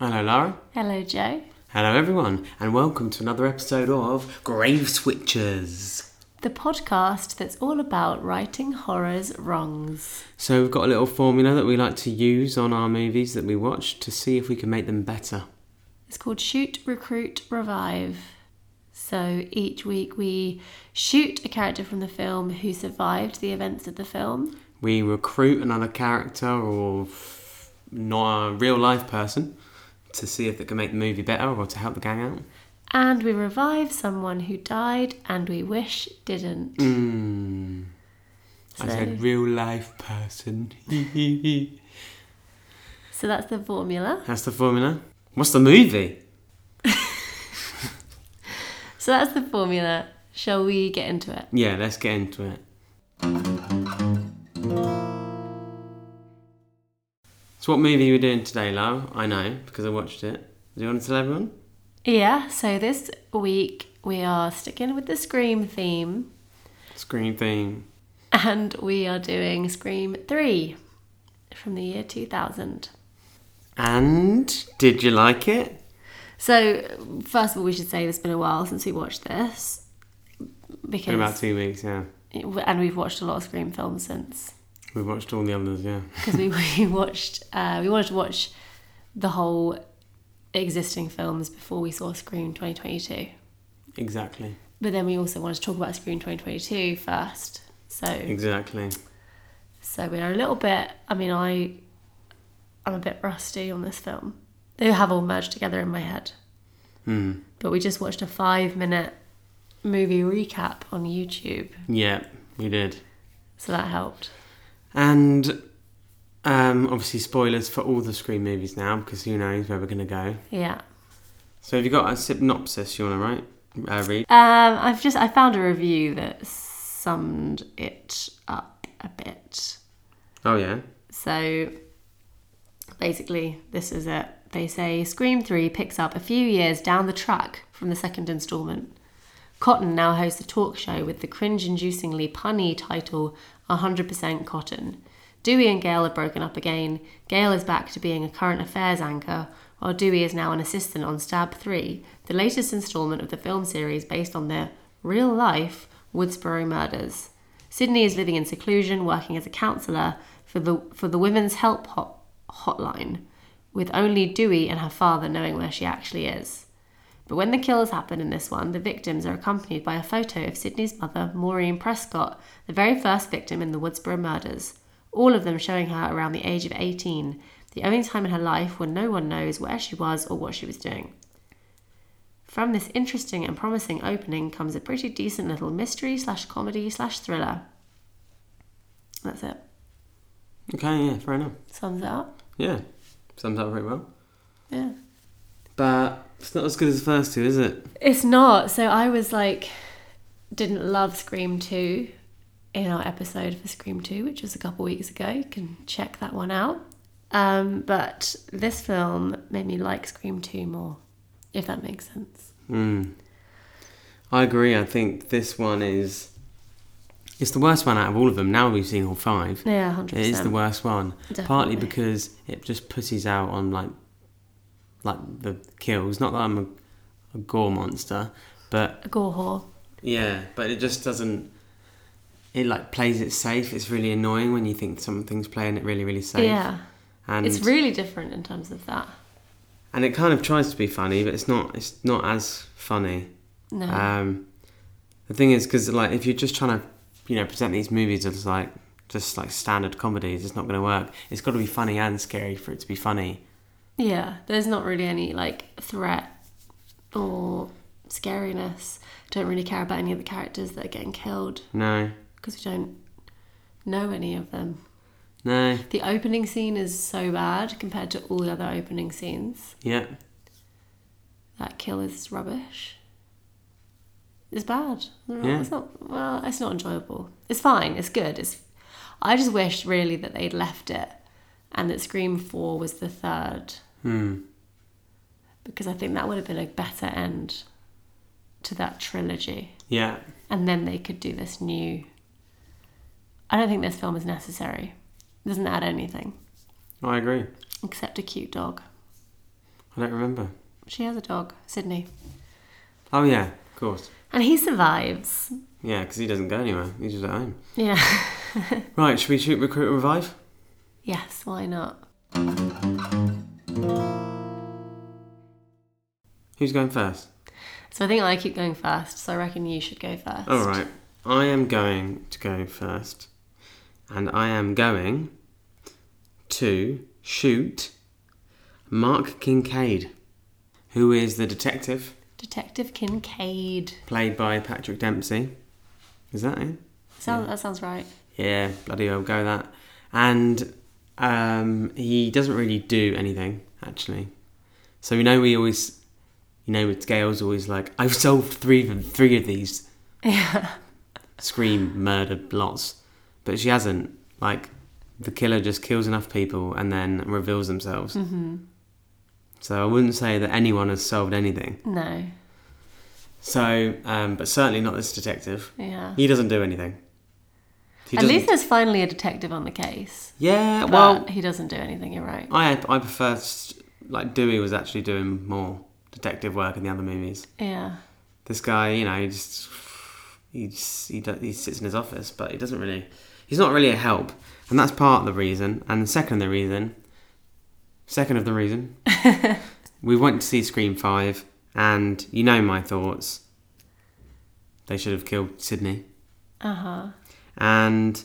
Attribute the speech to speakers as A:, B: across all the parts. A: Lara.
B: Hello, Joe.
A: Hello, everyone, and welcome to another episode of Grave Switchers.
B: The podcast that's all about righting horror's wrongs.
A: So, we've got a little formula that we like to use on our movies that we watch to see if we can make them better.
B: It's called Shoot, Recruit, Revive. So each week we shoot a character from the film who survived the events of the film.
A: We recruit another character or f- not a real life person to see if it can make the movie better or to help the gang out.
B: And we revive someone who died and we wish didn't.
A: Mm. I said
B: So-
A: real life person.
B: So that's the formula.
A: That's the formula. What's the movie?
B: So that's the formula. Shall we get into it?
A: Yeah, let's get into it. So, what movie are we doing today, Lau? I know because I watched it. Do you want to tell everyone?
B: Yeah, so this week we are sticking with the Scream theme
A: Screen theme.
B: and we are doing Scream 3 from the year 2000.
A: And did you like it?
B: So, first of all, we should say it's been a while since we watched this.
A: In about
B: Because,
A: two weeks, yeah.
B: and we've watched a lot of Scream films since.
A: We watched all the others, yeah.
B: Because we, we watched, uh, we wanted to watch the whole existing films before we saw Scream 2022.
A: Exactly.
B: But then we also wanted to talk about Scream 2022 first. So,
A: Exactly.
B: so we're a little bit, I mean, I, I'm a bit rusty on this film. They have all merged together in my head.
A: Hmm.
B: But we just watched a five minute movie recap on YouTube.
A: Yeah, we did.
B: So that helped.
A: And um, obviously, spoilers for all the Scream movies now because who knows where we're going to go.
B: Yeah.
A: So, have you got a synopsis you want to write? Uh, read?
B: Um, I've just I found a review that summed it up a bit.
A: Oh, yeah.
B: So basically, this is it. They say Scream 3 picks up a few years down the track from the second instalment. Cotton now hosts a talk show with the cringe inducingly punny title 100% Cotton. Dewey and Gail are broken up again. Gail is back to being a current affairs anchor, while Dewey is now an assistant on Stab 3, the latest instalment of the film series based on the real life Woodsboro murders. Sydney is living in seclusion, working as a counsellor for the for the Women's Help hot, Hotline, with only Dewey and her father knowing where she actually is. But when the kills happen in this one, the victims are accompanied by a photo of Sydney's mother, Maureen Prescott, the very first victim in the Woodsboro murders, all of them showing her around the age of 18, the only time in her life when no one knows where she was or what she was doing. From this interesting and promising opening comes a pretty decent little mystery slash comedy slash thriller. That's it.
A: Okay, yeah, fair enough.
B: Sums it up.
A: Yeah, sums up pretty well.
B: Yeah.
A: But it's not as good as the first two, is it?
B: It's not. So I was like, didn't love Scream 2 in our episode for Scream 2, which was a couple weeks ago. You can check that one out. Um, but this film made me like Scream 2 more, if that makes sense.
A: Mm. I agree. I think this one is. It's the worst one out of all of them. Now we've seen all five.
B: Yeah, 100%.
A: It is the worst one, partly
B: Definitely.
A: because it just pussies out on like, like the kills. Not that I'm a, a gore monster, but
B: A gore whore.
A: yeah, but it just doesn't. It like plays it safe. It's really annoying when you think something's playing it really, really safe.
B: Yeah.
A: and
B: It's really different in terms of that.
A: and it kind of tries to be funny, but it's not. It's not as funny.
B: No.
A: Um, the thing is, because like if you're just trying to, you know, present these movies as like just like standard comedies, it's not going to work. It's got to be funny and scary for it to be funny.
B: Yeah, there's not really any like threat or scariness. Don't really care about any of the characters that are getting killed
A: No,
B: because we don't know any of them.
A: no,
B: The opening scene is so bad compared to all the other opening scenes.
A: yeah,
B: That kill is rubbish. It's bad.
A: Yeah.
B: It's not well, it's not enjoyable. It's fine, it's good. It's I just wish really that they'd left it and that Scream 4 was the third
A: hmm,
B: because I think that would have been a better end to that trilogy.
A: yeah.
B: And then they could do this new. I don't think this film is necessary. It doesn't add anything
A: I agree.
B: except a cute dog.
A: I I don't remember.
B: She has a dog, Sydney.
A: Oh yeah, of course.
B: And he survives.
A: Yeah, because he doesn't go anywhere. He's just at home.
B: Yeah.
A: Right, should we shoot, recruit, or revive?
B: yes, why not?
A: Who's going first?
B: So I think I keep going first, so I reckon you should go first.
A: All right, I am going to go first, and I am going to shoot Mark Kincaid, who is the detective
B: Detective Kincaid.
A: played by Patrick Dempsey. Is that him?
B: Sound, That sounds right.
A: Yeah, bloody well, go that. And um, he doesn't really do anything, actually. So we know we always, you know, with Gail's always like, I've solved three of three of these. Scream murder lots, but she hasn't. Like, the killer just kills enough people and then reveals themselves. Mm-hmm. So I wouldn't say that anyone has solved anything.
B: No.
A: So, um, but certainly not this detective.
B: Yeah.
A: He doesn't do anything. He
B: At
A: doesn't-
B: least there's finally a detective on the case.
A: yeah,
B: But
A: well,
B: he doesn't do anything, you're right.
A: I I prefer s- like Dewey was actually doing more detective work in the other movies.
B: Yeah.
A: This guy, you know, he just he just, he, do, he sits in his office, but he doesn't really. He's not really a help, and that's part of the reason. And the second, the reason, second of the reason, we went to see Scream Five, and you know my thoughts. They should have killed Sydney
B: Uh huh.
A: and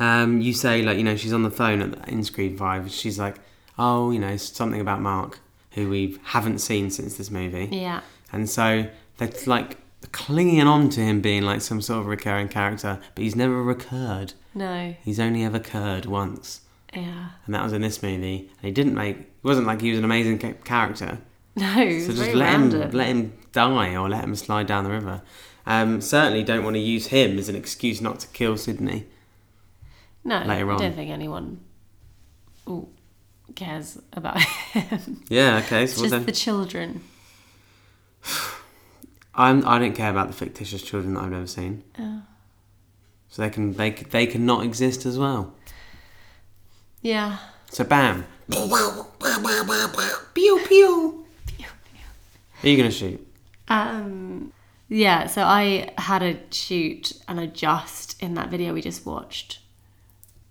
A: um, you say like you know she's on the phone at the, in Screen Five. She's like, oh, you know something about Mark, who we haven't seen since this movie,
B: Yeah.
A: and so they're like clinging on to him being like some sort of recurring character, but he's never recurred.
B: No.
A: He's only ever curred once,
B: Yeah.
A: and that was in this movie. And he didn't make. It wasn't like he was an amazing ca- character.
B: No. It
A: So
B: was
A: just
B: very
A: let him
B: random.
A: let him die or let him slide down the river. Um, certainly don't want to use him as an excuse not to kill Sydney.
B: no.
A: later
B: I
A: on.
B: don't think anyone ooh, cares about him.
A: Yeah, okay.
B: It's
A: So
B: just
A: then,
B: the children.
A: I'm, I don't care about the fictitious children that I've never seen.
B: Oh.
A: So they can they c- they cannot exist as well.
B: Yeah.
A: So bam. pew pew. Are you gonna shoot?
B: Um, yeah, so I had a shoot and I just, in that video we just watched,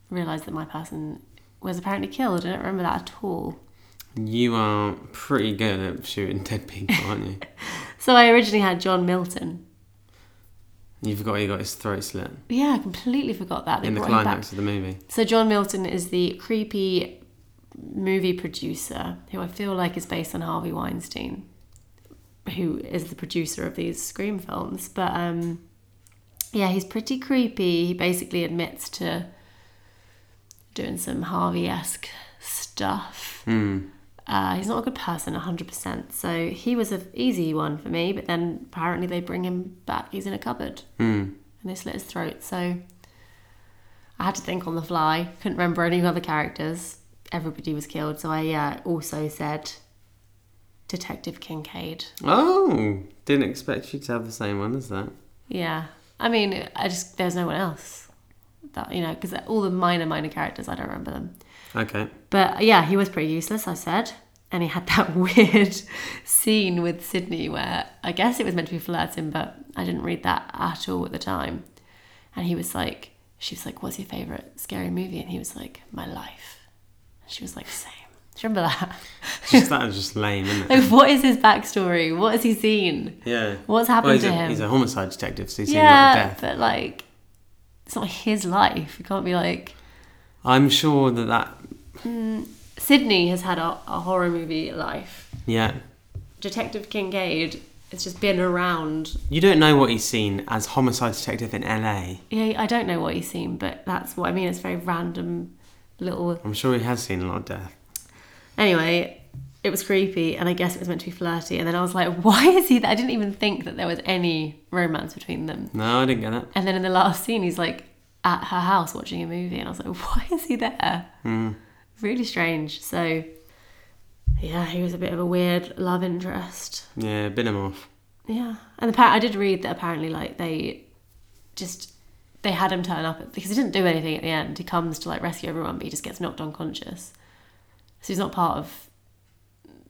B: realised that my person was apparently killed. I don't remember that at all.
A: You are pretty good at shooting dead people, aren't you?
B: So I originally had John Milton.
A: You forgot he got his throat slit
B: Yeah, I completely forgot that. They
A: in the
B: brought him back.
A: climax of the movie.
B: So John Milton is the creepy movie producer who I feel like is based on Harvey Weinstein, who is the producer of these Scream films. But um, yeah, he's pretty creepy. He basically admits to doing some Harvey esque stuff. Uh, he's not a good person, 100%. So he was an easy one for me, but then apparently they bring him back. He's in a cupboard
A: Mm.
B: and they slit his throat. So I had to think on the fly. Couldn't remember any other characters. Everybody was killed. So I uh, also said Detective Kincaid.
A: Oh, didn't expect you to have the same one as that.
B: Yeah. I mean, I just, there's no one else. That, you know, because all the minor, minor characters, I don't remember them.
A: Okay.
B: But yeah, he was pretty useless, I said. And he had that weird scene with Sydney where I guess it was meant to be flirting, but I didn't read that at all at the time. And he was like, she was like, what's your favourite scary movie? And he was like, my life. And she was like, same. Do you remember that?
A: Just that was just lame, isn't it?
B: Like, what is his backstory? What has he seen?
A: Yeah.
B: What's happened
A: he's
B: to
A: a,
B: him?
A: He's a homicide detective, so he's seen a lot of
B: yeah,
A: death.
B: but like, it's not his life. You can't be like,
A: I'm sure that that
B: Sydney has had a, a horror movie life.
A: yeah.
B: Detective Kincaid has just been around.
A: You don't know what he's seen as homicide detective in LA.
B: Yeah, I don't know what he's seen, but that's what I mean. It's very random little.
A: I'm sure he has seen a lot of death.
B: Anyway, it was creepy, and I guess it was meant to be flirty. And then I was like, why is he that? I didn't even think that there was any romance between them.
A: No, I didn't get that.
B: And then in the last scene, he's like at her house watching a movie, and I was like, why is he there? Really strange. So, yeah, he was a bit of a weird love interest.
A: Yeah, bit him off.
B: Yeah, and appar- I did read that apparently, like they just they had him turn up because he didn't do anything at the end. He comes to like rescue everyone, but he just gets knocked unconscious, so he's not part of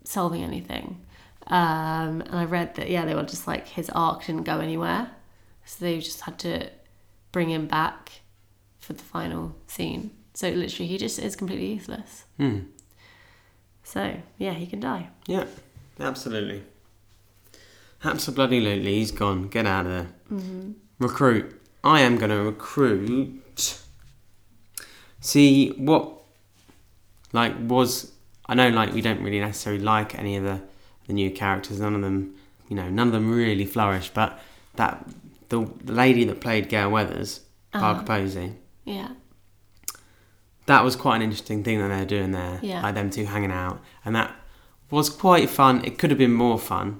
B: solving anything. Um, and I read that, yeah, they were just like, his arc didn't go anywhere. So they just had to bring him back for the final scene. So literally, he just is completely useless.
A: Hmm.
B: So, yeah, he can die.
A: Yeah, absolutely. Absolutely, absolutely. He's gone. Get out of there. Recruit. I am going to recruit. See what, like, was. I know, like, we don't really necessarily like any of the, the new characters. None of them, you know, none of them really flourish. But that the, the lady that played Gail Weathers, Parker Posey,
B: Yeah.
A: that was quite an interesting thing that they were doing there.
B: Yeah.
A: Like them two hanging out. And that was quite fun. It could have been more fun.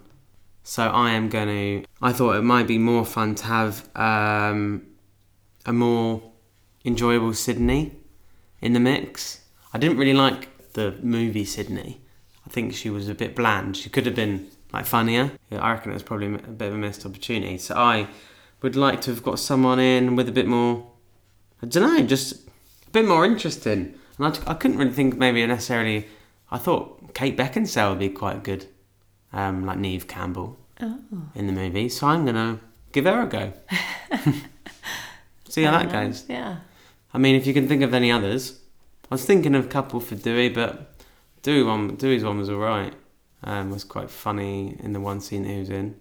A: So I am going to. I thought it might be more fun to have um, a more enjoyable Sydney in the mix. I didn't really like the movie Sydney. I think she was a bit bland. She could have been like funnier. I reckon it was probably a bit of a missed opportunity. So I would like to have got someone in with a bit more. I don't know, just a bit more interesting. And I, t- I couldn't really think maybe necessarily. I thought Kate Beckinsale would be quite good, um, like Neve Campbell
B: Oh.
A: in the movie. So I'm gonna give her a go. See how that goes.
B: Yeah.
A: I mean, if you can think of any others, I was thinking of a couple for Dewey, but Dewey one, Dewey's one was alright. Um, was quite funny in the one scene that he was in,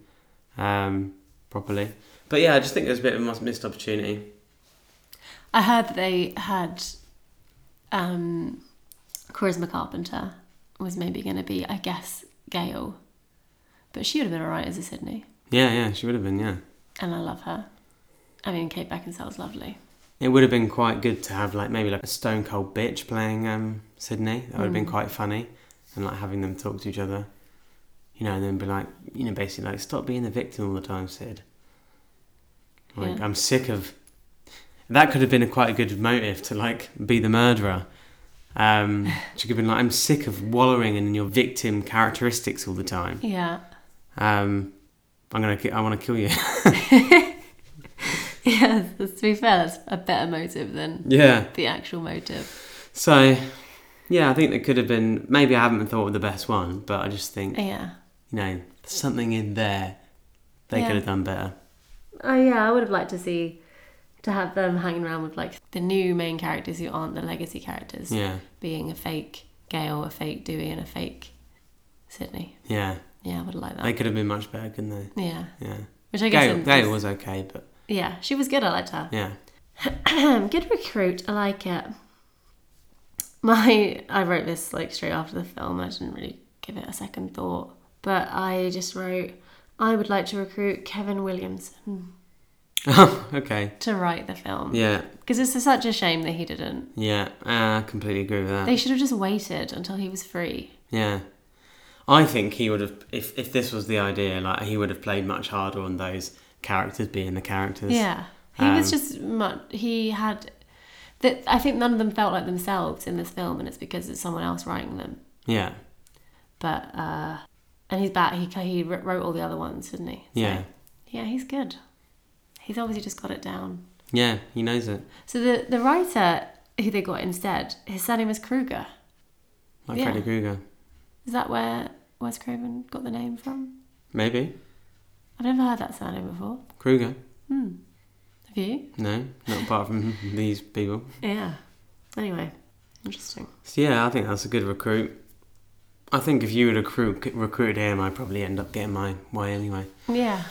A: um, properly. But yeah, I just think there's a bit of a mis- missed opportunity.
B: I heard that they had um, Charisma Carpenter was maybe going to be, I guess, Gail. But she would have been all right as a Sydney.
A: Yeah, yeah, she would have been. Yeah,
B: And I love her. I mean, Kate Beckinsale's lovely.
A: it would have been quite good to have like maybe like a stone cold bitch playing um, Sydney. That would have been quite funny, and like having them talk to each other, you know, and then be like, you know, basically like, stop being the victim all the time, Sid. Like
B: Yeah.
A: I'm sick of. That could have been a quite a good motive to like be the murderer. Um, she could have been like, I'm sick of wallowing in your victim characteristics all the time.
B: Yeah.
A: Um, I'm gonna, ki- I want to kill you.
B: Yeah, to be fair, that's a better motive than
A: yeah.
B: the actual motive.
A: So, yeah, I think there could have been. Maybe I haven't thought of the best one, but I just think you
B: Yeah.
A: know something in there they
B: Yeah.
A: could have done better.
B: Oh yeah, I would have liked to see to have them hanging around with like the new main characters who aren't the legacy characters,
A: Yeah,
B: being a fake Gail, a fake Dewey, and a fake Sydney.
A: yeah,
B: Yeah, I would have liked that.
A: they could have been much better, couldn't they?
B: yeah,
A: Yeah,
B: which I guess Uh.
A: Gail,
B: in-
A: Gail was okay, but
B: yeah, she was good. I liked her.
A: yeah,
B: good recruit. I like it. My I wrote this like straight after the film. I didn't really give it a second thought, but I just wrote I would like to recruit Kevin Williamson
A: okay,
B: to write the film
A: yeah.
B: because it's such a shame that he didn't.
A: Yeah, uh, I completely agree with that.
B: They should have just waited until he was free.
A: yeah. I think he would have, if, if this was the idea, like he would have played much harder on those characters being the characters.
B: Yeah, he was
A: Um,
B: just much. He had that. I think none of them felt like themselves in this film, and it's because it's someone else writing them.
A: Yeah.
B: But uh, and he's back. He he wrote all the other ones, didn't he? So,
A: Yeah.
B: yeah, he's good. He's obviously just got it down.
A: Yeah, he knows it.
B: So the the writer who they got instead, his surname is Kruger.
A: Like
B: Yeah.
A: Freddy Krueger.
B: Is that where Wes Craven got the name from?
A: Maybe.
B: I've never heard that surname before. Hmm.
A: Krueger.
B: Have you?
A: No, not apart from these people.
B: Yeah. Anyway, interesting.
A: So yeah, I think that's a good recruit. I think if you would recruit recruited him, I'd probably end up getting my way anyway.
B: Yeah.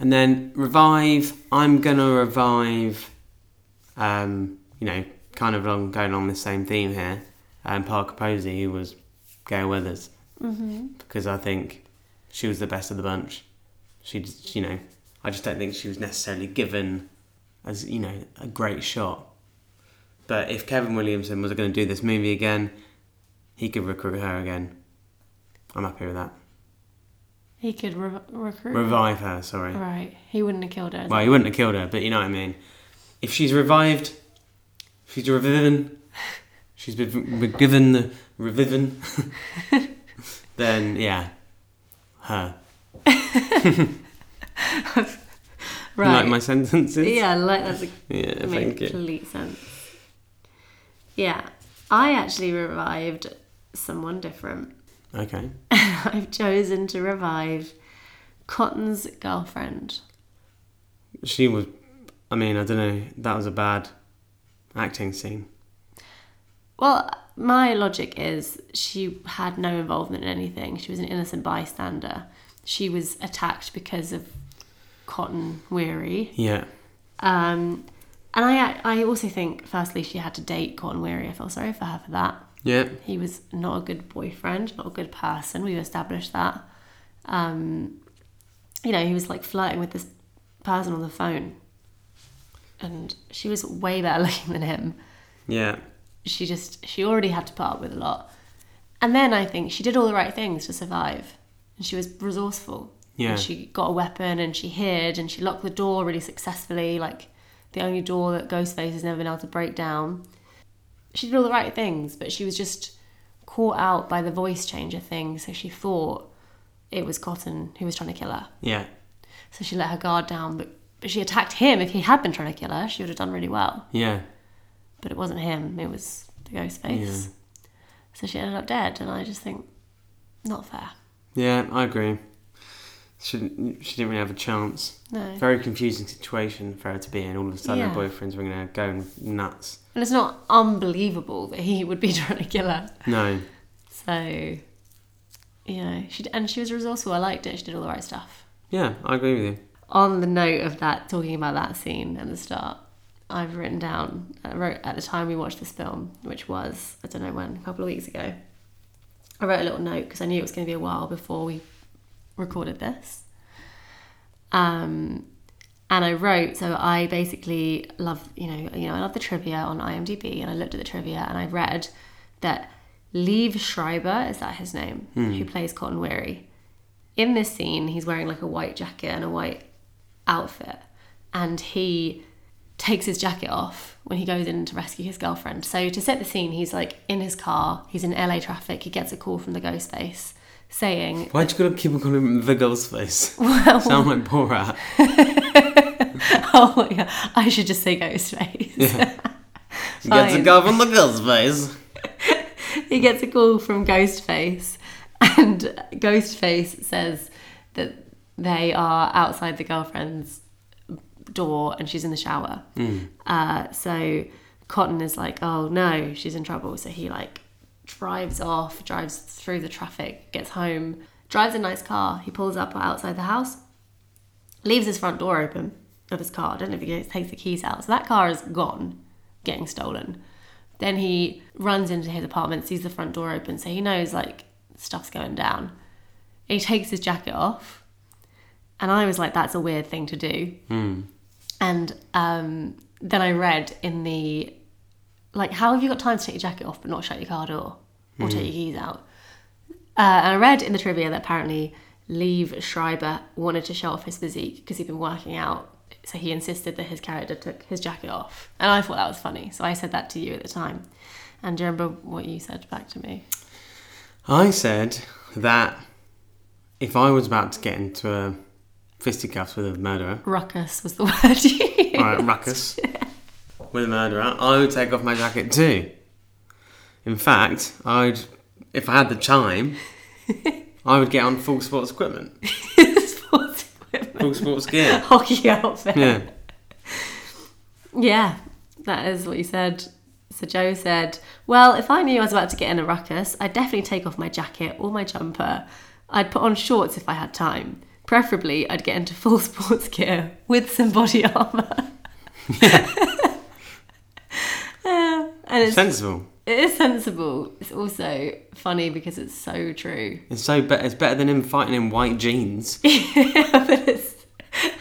A: And then revive. I'm gonna revive. Um, you know, kind of along, going on the same theme here. Um, Parker Posey, who was Gail Weathers,
B: hmm
A: because I think she was the best of the bunch. She, just- you know, I just don't think she was necessarily given as you know a great shot. But if Kevin Williamson was going to do this movie again, he could recruit her again. I'm happy with that.
B: He could re- recruit.
A: Revive her, sorry.
B: Right. He wouldn't have killed her.
A: Well, he wouldn't have killed her, but you know what I mean. If she's revived, if she's reviven, she's been been given the reviven, then yeah, her. You
B: right.
A: Like my sentences?
B: yeah, like that's a
A: Yeah,
B: It made
A: thank you.
B: complete sense. Yeah, I actually revived someone different.
A: Okay.
B: I've chosen to revive Cotton's girlfriend.
A: She was. I mean, I don't know. That was a bad acting scene.
B: Well, my logic is she had no involvement in anything. She was an innocent bystander. She was attacked because of Cotton Weary.
A: Yeah.
B: Um, and I, I also think, firstly, she had to date Cotton Weary. I feel sorry for her for that.
A: Yeah.
B: He was not a good boyfriend, not a good person. We've established that. Um, you know, he was like flirting with this person on the phone. And she was way better looking than him
A: Yeah.
B: she just she already had to put up with a lot and then i think she did all the right things to survive and she was resourceful
A: Yeah.
B: and she got a weapon and she hid and she locked the door really successfully like the only door that ghostface has never been able to break down she did all the right things but she was just caught out by the voice changer thing so she thought it was cotton who was trying to kill her
A: Yeah.
B: so she let her guard down but, but she attacked him if he had been trying to kill her she would have done really well
A: Yeah.
B: but it wasn't him. It was the ghost face. So she ended up dead, and I just think not fair.
A: Yeah. I agree. She didn't- she didn't really have a chance.
B: No,
A: Very confusing situation for her to be in. All of a sudden,
B: Yeah.
A: her boyfriend's going to go nuts.
B: and it's not unbelievable that he would be trying to kill her.
A: No.
B: So you know, she and she was resourceful. I liked it. She did all the right stuff.
A: Yeah, I agree with you.
B: On the note of that, talking about that scene at the start, I've written down. I wrote at the time we watched this film, which was I don't know when, a couple of weeks ago. I wrote a little note because I knew it was going to be a while before we recorded this. Um, and I wrote, so I basically love, you know, you know, I love the trivia on IMDb, and I looked at the trivia and I read that Liev Schreiber is that his name, who plays Cotton Weary. In this scene, he's wearing like a white jacket and a white outfit, and he takes his jacket off when he goes in to rescue his girlfriend. So to set the scene, he's like in his car, he's in LA traffic, he gets a call from the ghost face saying,
A: Why'd you gotta keep on calling him the girl's face?
B: Well-
A: Sound like Borat.
B: "Oh my god, I should just say ghost face."
A: Gets a
B: Fine.
A: girl from the girl's face.
B: he gets a call from Ghostface, and Ghostface says that they are outside the girlfriend's door and she's in the shower. Uh, so Cotton is like, oh no, she's in trouble. So he like drives off, drives through the traffic, gets home, drives a nice car. He pulls up outside the house, leaves his front door open of his car. I don't know if he gets- takes the keys out. So that car is gone, getting stolen. Then he runs into his apartment, sees the front door open, so he knows like stuff's going down. He takes his jacket off, and I was like, "That's a weird thing to do." And um, then I read in the like, "How have you got time to take your jacket off but not shut your car door or take your keys out?" Uh, and I read in the trivia that apparently Liev Schreiber wanted to show off his physique because he'd been working out. So he insisted that his character took his jacket off. And I thought that was funny. So I said that to you at the time. And do you remember what you said back to me?
A: I said that if I was about to get into a fisticuffs with a murderer,
B: Ruckus was the word you used.
A: all right, ruckus with a murderer, I would take off my jacket too. In fact, I'd, if I had the time, I would get on full sports equipment,
B: Sports equipment.
A: full sports gear.
B: Hockey outfit.
A: Yeah,
B: Yeah, that is what you said. So Joe said, Well, if I knew I was about to get in a ruckus, I'd definitely take off my jacket or my jumper. I'd put on shorts if I had time. Preferably, I'd get into full sports gear with some body armour. Yeah, Uh, and it's,
A: sensible.
B: it is sensible. It's also funny because it's so true.
A: It's so be- it's better than him fighting in white jeans.
B: but it's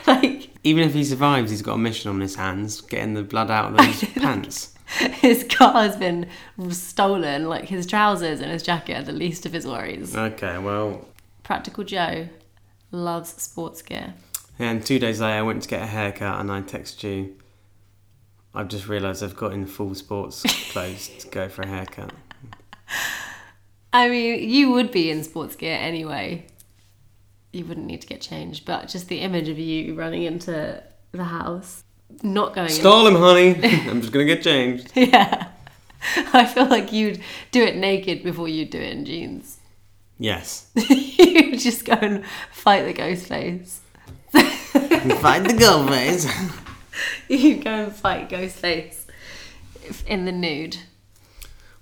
B: like
A: Even if he survives, he's got a mission on his hands, getting the blood out of those pants.
B: his car has been stolen, like his trousers and his jacket are the least of his worries.
A: Okay, well,
B: Practical Joe loves sports gear.
A: And two days later, I went to get a haircut, and I texted you. I've just realised I've got in full sports clothes to go for a haircut.
B: I mean, you would be in sports gear anyway. You wouldn't need to get changed, but just the image of you running into the house, not going. in-
A: Stall him, honey. I'm just gonna get changed.
B: Yeah. I feel like you'd do it naked before you'd do it in jeans.
A: Yes.
B: you would just go and fight the ghost face.
A: Find the girl phase.
B: You go and fight ghost face if- in the nude.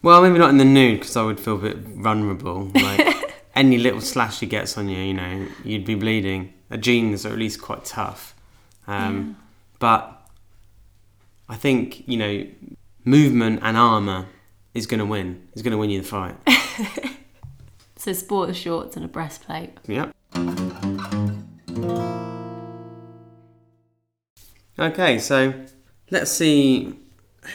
A: Well, maybe not in the nude because I would feel a bit vulnerable. Like any little slash he gets on you, you know, you'd be bleeding. Uh, jeans are at least quite tough, um, but I think you know, movement and armor is going to win. Is going to win you the fight.
B: So sports shorts and a breastplate.
A: yep. Okay, so let's see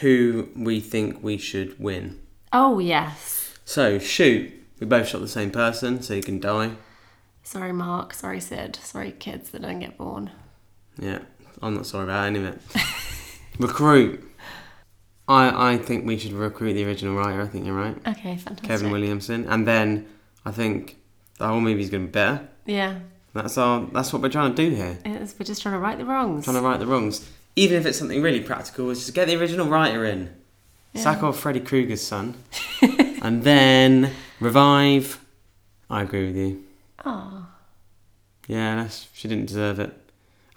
A: who we think we should win.
B: Oh yes.
A: So shoot, we both shot the same person, so you can die.
B: Sorry, Mark. Sorry, Sid. Sorry, kids that don't get born.
A: Yeah, I'm not sorry about any of it. recruit. I I think we should recruit the original writer. I think you're right,
B: Okay, fantastic.
A: Kevin Williamson, and then I think the whole movie's gonna be better.
B: Yeah,
A: That's our that's what we're trying to do here.
B: it is, we're just trying to right the wrongs.
A: Trying to right the wrongs, even if it's something really practical. Is just get the original writer in, sack off Freddy Krueger's son, and then revive. I agree with you.
B: Oh,
A: Yeah, that's, she didn't deserve it.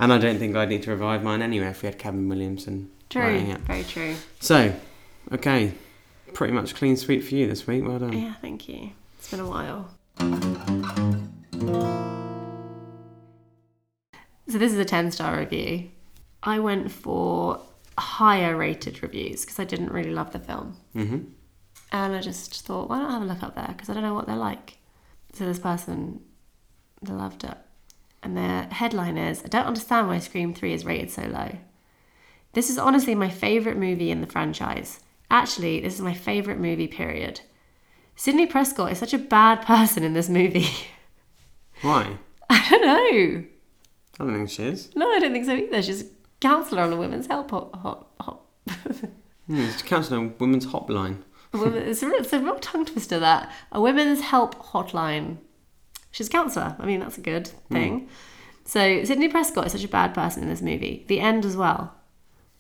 A: And I don't think I'd need to revive mine anyway if we had Kevin Williamson.
B: true.
A: writing it.
B: Very true.
A: So, okay, pretty much clean sweep for you this week. Well done.
B: Yeah, thank you. It's been a while. So this is a 10 star review. I went for higher rated reviews because I didn't really love the film.
A: Mm-hmm.
B: And I just thought, why not have a look up there? Because I don't know what they're like. So this person they loved it. And their headline is I don't understand why Scream 3 is rated so low. This is honestly my favourite movie in the franchise. Actually, this is my favourite movie, period. Sydney Prescott is such a bad person in this movie.
A: Why?
B: I don't know.
A: I don't think she is.
B: No, I don't think so either. She's a counsellor on a women's help hot. hot, hot.
A: Hmm, she's counselling on women's hotline.
B: A women- it's, a real, it's a real tongue twister that a women's help hotline. She's a counsellor. I mean, that's a good thing. So Sydney Prescott is such a bad person in this movie. The end as well.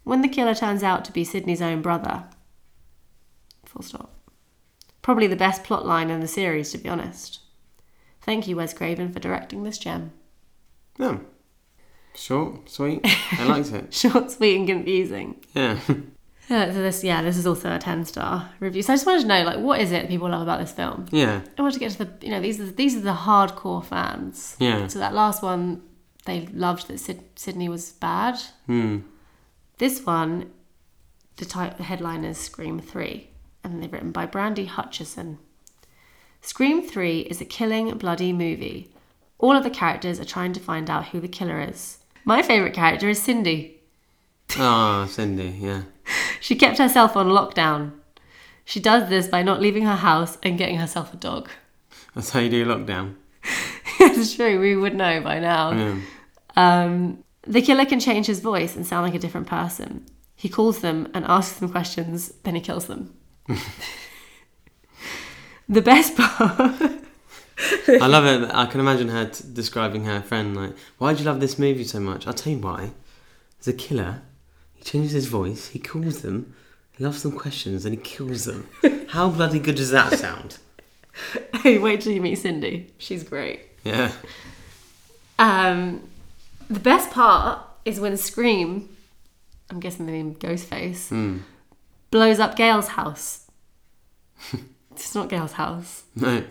B: When the killer turns out to be Sydney's own brother. Full stop. Probably the best plot line in the series, to be honest. Thank you, Wes Craven, for directing this gem.
A: No. Short, sweet. I liked it.
B: Short, sweet, and confusing.
A: Yeah.
B: Uh, so this, yeah, this is also a ten star review. So I just wanted to know, like, what is it that people love about this film?
A: yeah.
B: I want to get to the you know these are these are the hardcore fans.
A: Yeah.
B: So that last one, they loved that Syd- Sydney was bad.
A: Hmm.
B: This one, the title the headline is Scream Three, and they're written by Brandy Hutchison. Scream Three is a killing bloody movie. All of the characters are trying to find out who the killer is. My favorite character is Cindy.
A: Ah, Cindy, yeah.
B: She kept herself on lockdown. She does this by not leaving her house and getting herself a dog.
A: That's how you do lockdown.
B: it's true, we would know by now.
A: Yeah.
B: Um, the killer can change his voice and sound like a different person. He calls them and asks them questions, then he kills them. the best part.
A: I love it. that I can imagine her t- describing her friend like, "Why do you love this movie so much?" I'll tell you why. He's a killer. He changes his voice. He calls them. He loves them questions, and he kills them. How bloody good does that sound?
B: hey, wait till you meet Cindy. She's great.
A: Yeah.
B: Um, the best part is when Scream, I'm guessing they mean Ghostface,
A: Hmm.
B: blows up Gail's house. it's not Gail's house.
A: No.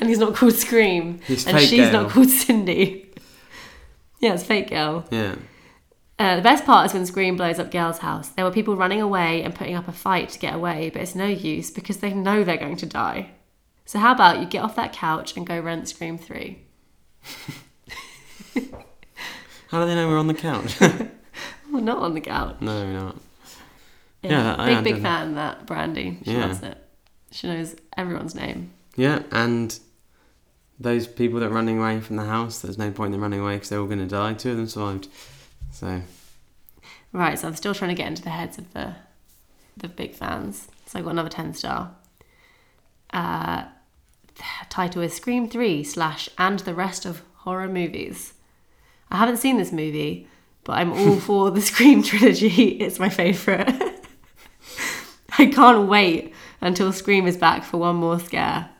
B: And he's not called Scream.
A: He's
B: and
A: fake
B: she's not
A: Gail.
B: called Cindy. yeah, it's fake Gail.
A: Yeah.
B: Uh, the best part is when Scream blows up Gail's house. There were people running away and putting up a fight to get away, but it's no use because they know they're going to die. So how about you get off that couch and go rent Scream 3?
A: How do they know we're on the couch?
B: Well, not on the couch.
A: no, we're not. Yeah, that- I
B: big,
A: understand.
B: big fan of that, Brandy. She
A: Yeah.
B: loves it. She knows everyone's name.
A: Yeah, and those people that are running away from the house. There's no point in them running away because they're all going to die. Two of them survived. So
B: Right, so I'm still trying to get into the heads of the the big fans. So I got another ten star. Uh, the title is Scream Three slash and the rest of horror movies. I haven't seen this movie, but I'm all for the Scream trilogy. It's my favorite. I can't wait until Scream is back for one more scare.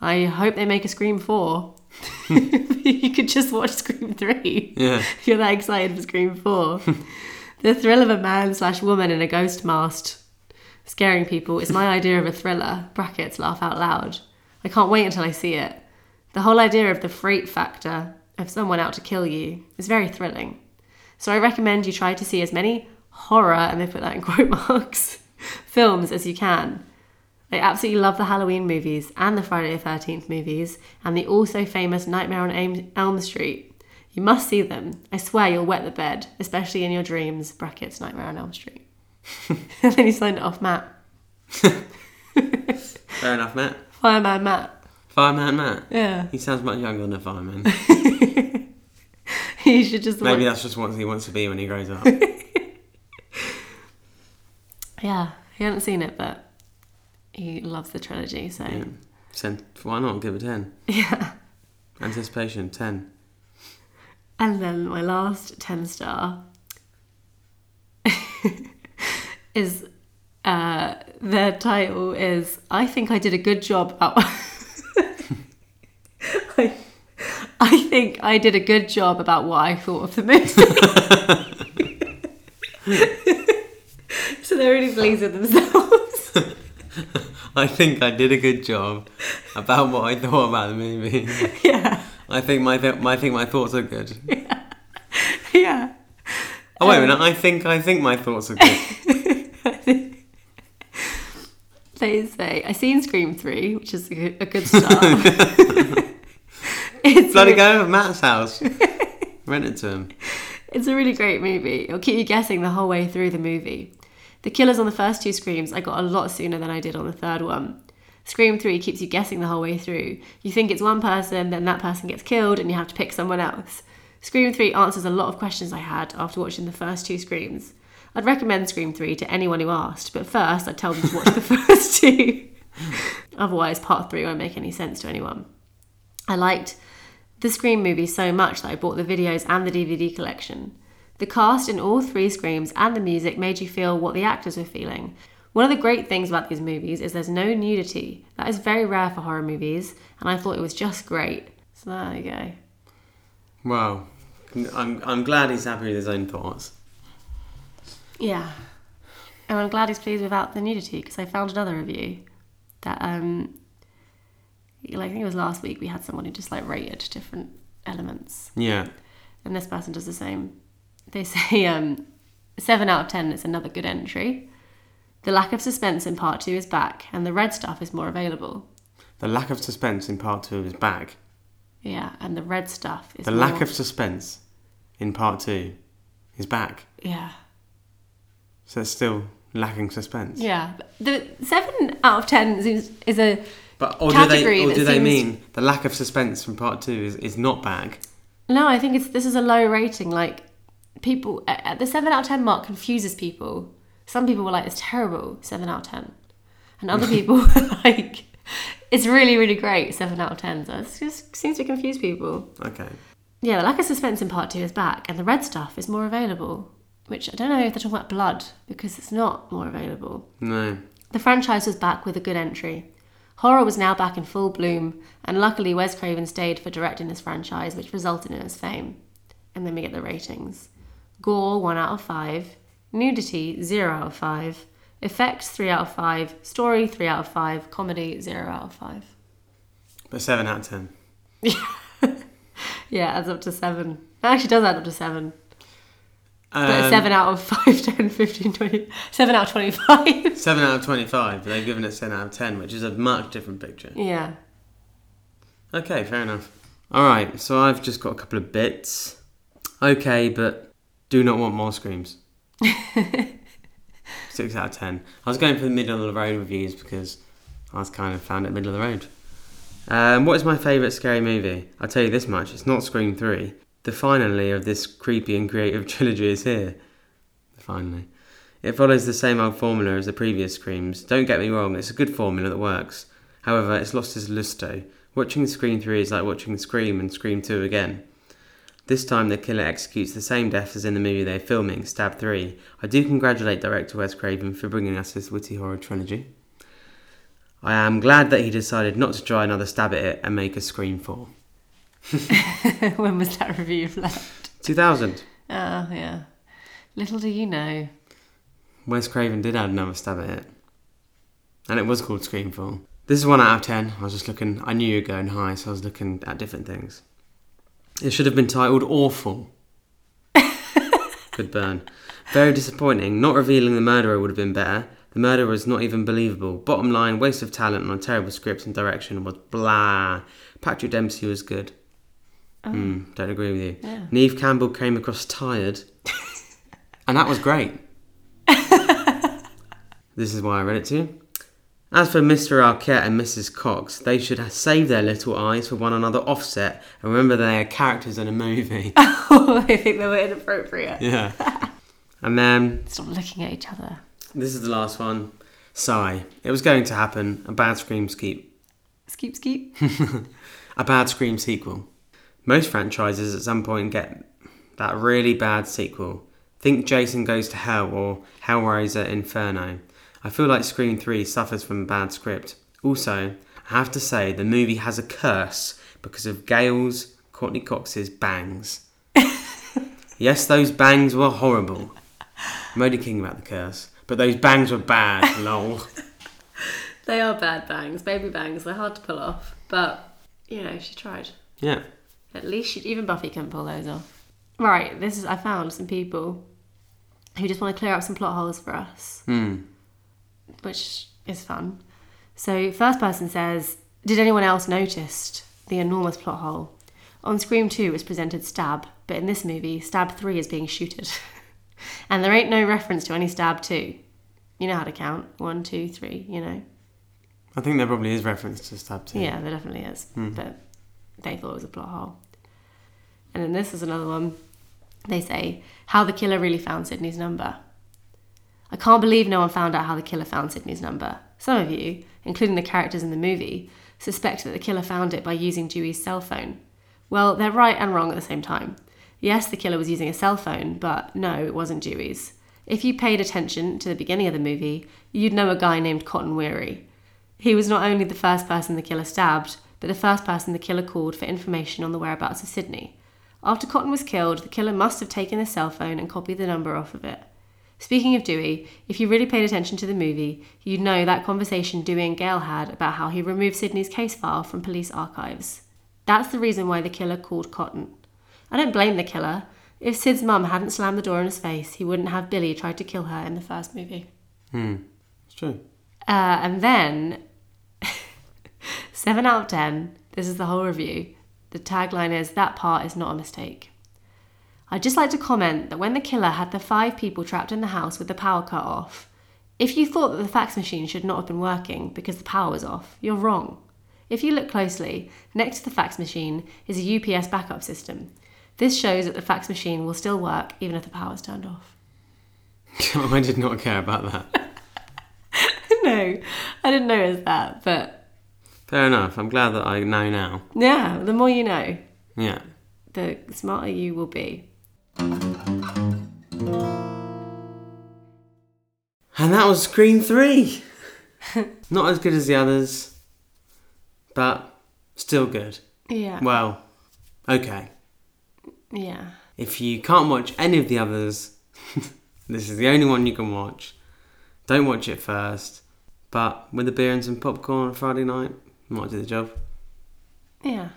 B: I hope they make a Scream 4. you could just watch Scream 3.
A: Yeah.
B: You're that excited for Scream 4. the thrill of a man slash woman in a ghost mask scaring people is my idea of a thriller. Brackets, laugh out loud. I can't wait until I see it. The whole idea of the freight factor of someone out to kill you is very thrilling. So I recommend you try to see as many horror, and they put that in quote marks, films as you can. I absolutely love the Halloween movies and the Friday the 13th movies and the also famous Nightmare on Elm- Elm Street. You must see them. I swear you'll wet the bed, especially in your dreams. Brackets, Nightmare on Elm Street. and then he signed it off, Matt.
A: Fair enough, Matt.
B: Fireman Matt.
A: Fireman Matt.
B: Yeah.
A: He sounds much younger than a fireman.
B: He should just.
A: Maybe that's just what he wants to be when he grows up.
B: Yeah, he hadn't seen it, but he loves the trilogy, so.
A: yeah. Send, why not give a 10?
B: yeah.
A: Anticipation, 10.
B: And then my last 10 star is uh, their title is I think I did a good job at I, I think I did a good job about what I thought of the movie. so they're really pleased with themselves.
A: I think I did a good job about what I thought about the movie.
B: yeah.
A: I think my, th- my, I think my thoughts are good.
B: Yeah.
A: Oh, wait a minute. I think, I think my thoughts are good.
B: They say I seen Scream Three, which is a good, a good start. it's
A: Bloody
B: a,
A: go over Matt's house. Rent it to him.
B: It's a really great movie. It'll keep you guessing the whole way through the movie. The killers on the first two Screams I got a lot sooner than I did on the third one. Scream 3 keeps you guessing the whole way through. You think it's one person, then that person gets killed, and you have to pick someone else. Scream 3 answers a lot of questions I had after watching the first two Screams. I'd recommend Scream 3 to anyone who asked, but first I'd tell them to watch the first two. Otherwise, part 3 won't make any sense to anyone. I liked the Scream movies so much that I bought the videos and the DVD collection. The cast in all three Screams and the music made you feel what the actors were feeling. One of the great things about these movies is there's no nudity. That is very rare for horror movies, and I thought it was just great. So there you go.
A: Wow. I'm, I'm glad he's happy with his own thoughts.
B: Yeah. And I'm glad he's pleased without the nudity because I found another review that, um, like, I think it was last week we had someone who just like rated different elements
A: Yeah.
B: and this person does the same. They say um, seven out of ten is another good entry. The lack of suspense in part two is back, and the red stuff is more available.
A: The lack of suspense in part two is back.
B: Yeah, and the red stuff is
A: The
B: more,
A: lack of suspense in part two is back.
B: yeah
A: So it's still lacking suspense.
B: yeah. The seven out of ten is, is a
A: But or do they
B: Category
A: or
B: that
A: do they
B: seems-
A: mean the lack of suspense from part two is, is not back?
B: no. I think it's this is a low rating. Like people at at the seven out of ten mark confuses people. Some people were like, "It's terrible," seven out of ten, and other people were like, "It's really really great," seven out of ten. So it just seems to confuse people.
A: Okay.
B: Yeah, the lack of suspense in part two is back, and the red stuff is more available. Which I don't know if they're talking about blood, because it's not more available.
A: No.
B: The franchise was back with a good entry. Horror was now back in full bloom, and luckily Wes Craven stayed for directing this franchise, which resulted in its fame. And then we get the ratings Gore, 1 out of 5, Nudity, 0 out of 5, Effects, 3 out of 5, Story, 3 out of 5, Comedy, 0 out of 5.
A: But seven out of ten.
B: Yeah, adds up to 7. That actually does add up to 7. But
A: Um,
B: seven out of 5, 10, 15, 20. Seven out of 25.
A: Um, seven out of twenty-five. But they've given it seven out of ten, which is a much different picture.
B: yeah.
A: Okay, fair enough. All right. So I've just got a couple of bits. Okay, but do not want more screams. Six out of ten. I was going for the middle of the road reviews because I was kind of found it middle of the road. Um, what is my favourite scary movie? I'll tell you this much: it's not Scream Three. The finally of this creepy and creative trilogy is here. Finally, it follows the same old formula as the previous Screams. Don't get me wrong; it's a good formula that works. However, it's lost its lusto. Watching Scream Three is like watching Scream and Scream Two again. This time, the killer executes the same death as in the movie they're filming, Stab 3. I do congratulate director Wes Craven for bringing us this witty horror trilogy. I am glad that he decided not to try another stab at it and make a Scream 4.
B: when was that review left?
A: 2000.
B: Oh, yeah. Little do you know.
A: Wes Craven did add another stab at it. And it was called Scream 4. This is 1 out of 10. I was just looking, I knew you were going high, so I was looking at different things. It should have been titled Awful. Good burn. Very disappointing. Not revealing the murderer would have been better. The murderer is not even believable. Bottom line, waste of talent on a terrible script and direction was blah. Patrick Dempsey was good. Mm, don't agree with you.
B: Yeah.
A: Neve Campbell came across tired. and that was great. this is why I read it to you. As for Mr. Arquette and Mrs. Cox, they should ha- save their little eyes for one another offset and remember they are characters in a movie.
B: I think they were inappropriate.
A: yeah. And then
B: Stop looking at each other.
A: This is the last one. Sigh. It was going to happen. A bad Scream keep.
B: Skeep, skeep.
A: A bad Scream sequel. Most franchises at some point get that really bad sequel. Think Jason Goes to Hell or Hellraiser Inferno. I feel like Scream 3 suffers from a bad script. Also, I have to say the movie has a curse because of Gail's, Courtney Cox's bangs. yes, those bangs were horrible. I'm only kidding about the curse, but those bangs were bad, lol.
B: they are bad bangs, baby bangs. They're hard to pull off. But, you know, she tried.
A: Yeah.
B: At least she, even Buffy can pull those off. Right, this is I found some people who just want to clear up some plot holes for us, which is fun. So first person says, did anyone else notice the enormous plot hole? On Scream 2 was presented stab, but in this movie, stab 3 is being shooted. and there ain't no reference to any stab 2. You know how to count. One, two, three, you know.
A: I think there probably is reference to stab two.
B: Yeah, there definitely is. But they thought it was a plot hole. And then this is another one. They say, How the killer really found Sydney's number. I can't believe no one found out how the killer found Sydney's number. Some of you, including the characters in the movie, suspect that the killer found it by using Dewey's cell phone. Well, they're right and wrong at the same time. Yes, the killer was using a cell phone, but no, it wasn't Dewey's. If you paid attention to the beginning of the movie, you'd know a guy named Cotton Weary. He was not only the first person the killer stabbed, but the first person the killer called for information on the whereabouts of Sydney. After Cotton was killed, the killer must have taken the cell phone and copied the number off of it. Speaking of Dewey, if you really paid attention to the movie, you'd know that conversation Dewey and Gale had about how he removed Sydney's case file from police archives. That's the reason why the killer called Cotton. I don't blame the killer. If Sid's mum hadn't slammed the door in his face, he wouldn't have Billy tried to kill her in the first movie.
A: It's true.
B: Uh, and then, 7 out of 10, this is the whole review. The tagline is That part is not a mistake. I'd just like to comment that when the killer had the five people trapped in the house with the power cut off, if you thought that the fax machine should not have been working because the power was off, you're wrong. If you look closely, next to the fax machine is a UPS backup system. This shows that the fax machine will still work even if the power's turned off.
A: I did not care about that.
B: no, I didn't notice that, but
A: Fair enough. I'm glad that I know now.
B: yeah, the more you know.
A: Yeah.
B: the smarter you will be.
A: And that was Scream 3. not as good as the others, but still good.
B: Yeah.
A: Well, okay.
B: yeah.
A: If you can't watch any of the others, this is the only one you can watch. Don't watch it first. But with a beer and some popcorn on Friday night, might do the job.
B: Yeah.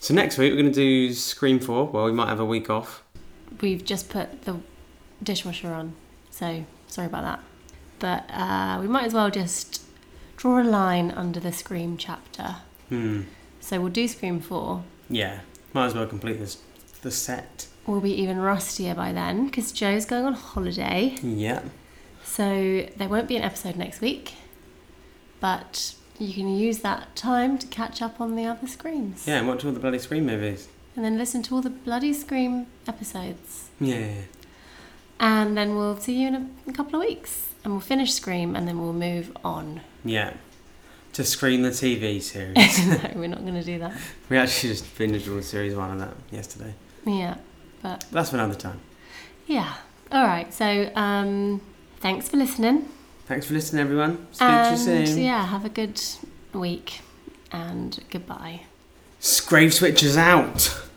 A: So next week we're going to do Scream 4. Well, we might have a week off.
B: We've just put the dishwasher on, so sorry about that. But uh, we might as well just draw a line under the Scream chapter.
A: Hmm.
B: So we'll do Scream 4.
A: Yeah, might as well complete this the set.
B: We'll be even rustier by then because Joe's going on holiday.
A: Yeah.
B: So there won't be an episode next week, but you can use that time to catch up on the other Screams.
A: Yeah, and watch all the bloody Scream movies.
B: And then listen to all the bloody Scream episodes.
A: Yeah.
B: And then we'll see you in a, a couple of weeks. And we'll finish Scream and then we'll move on.
A: Yeah. To Scream the TV series.
B: no, we're not going to do that.
A: we actually just finished all series one of that yesterday.
B: Yeah. But
A: But that's for another time.
B: yeah. All right. So um, thanks for listening.
A: Thanks for listening, everyone. Speak
B: and
A: to you soon.
B: yeah, have a good week and goodbye.
A: Scrave switches out.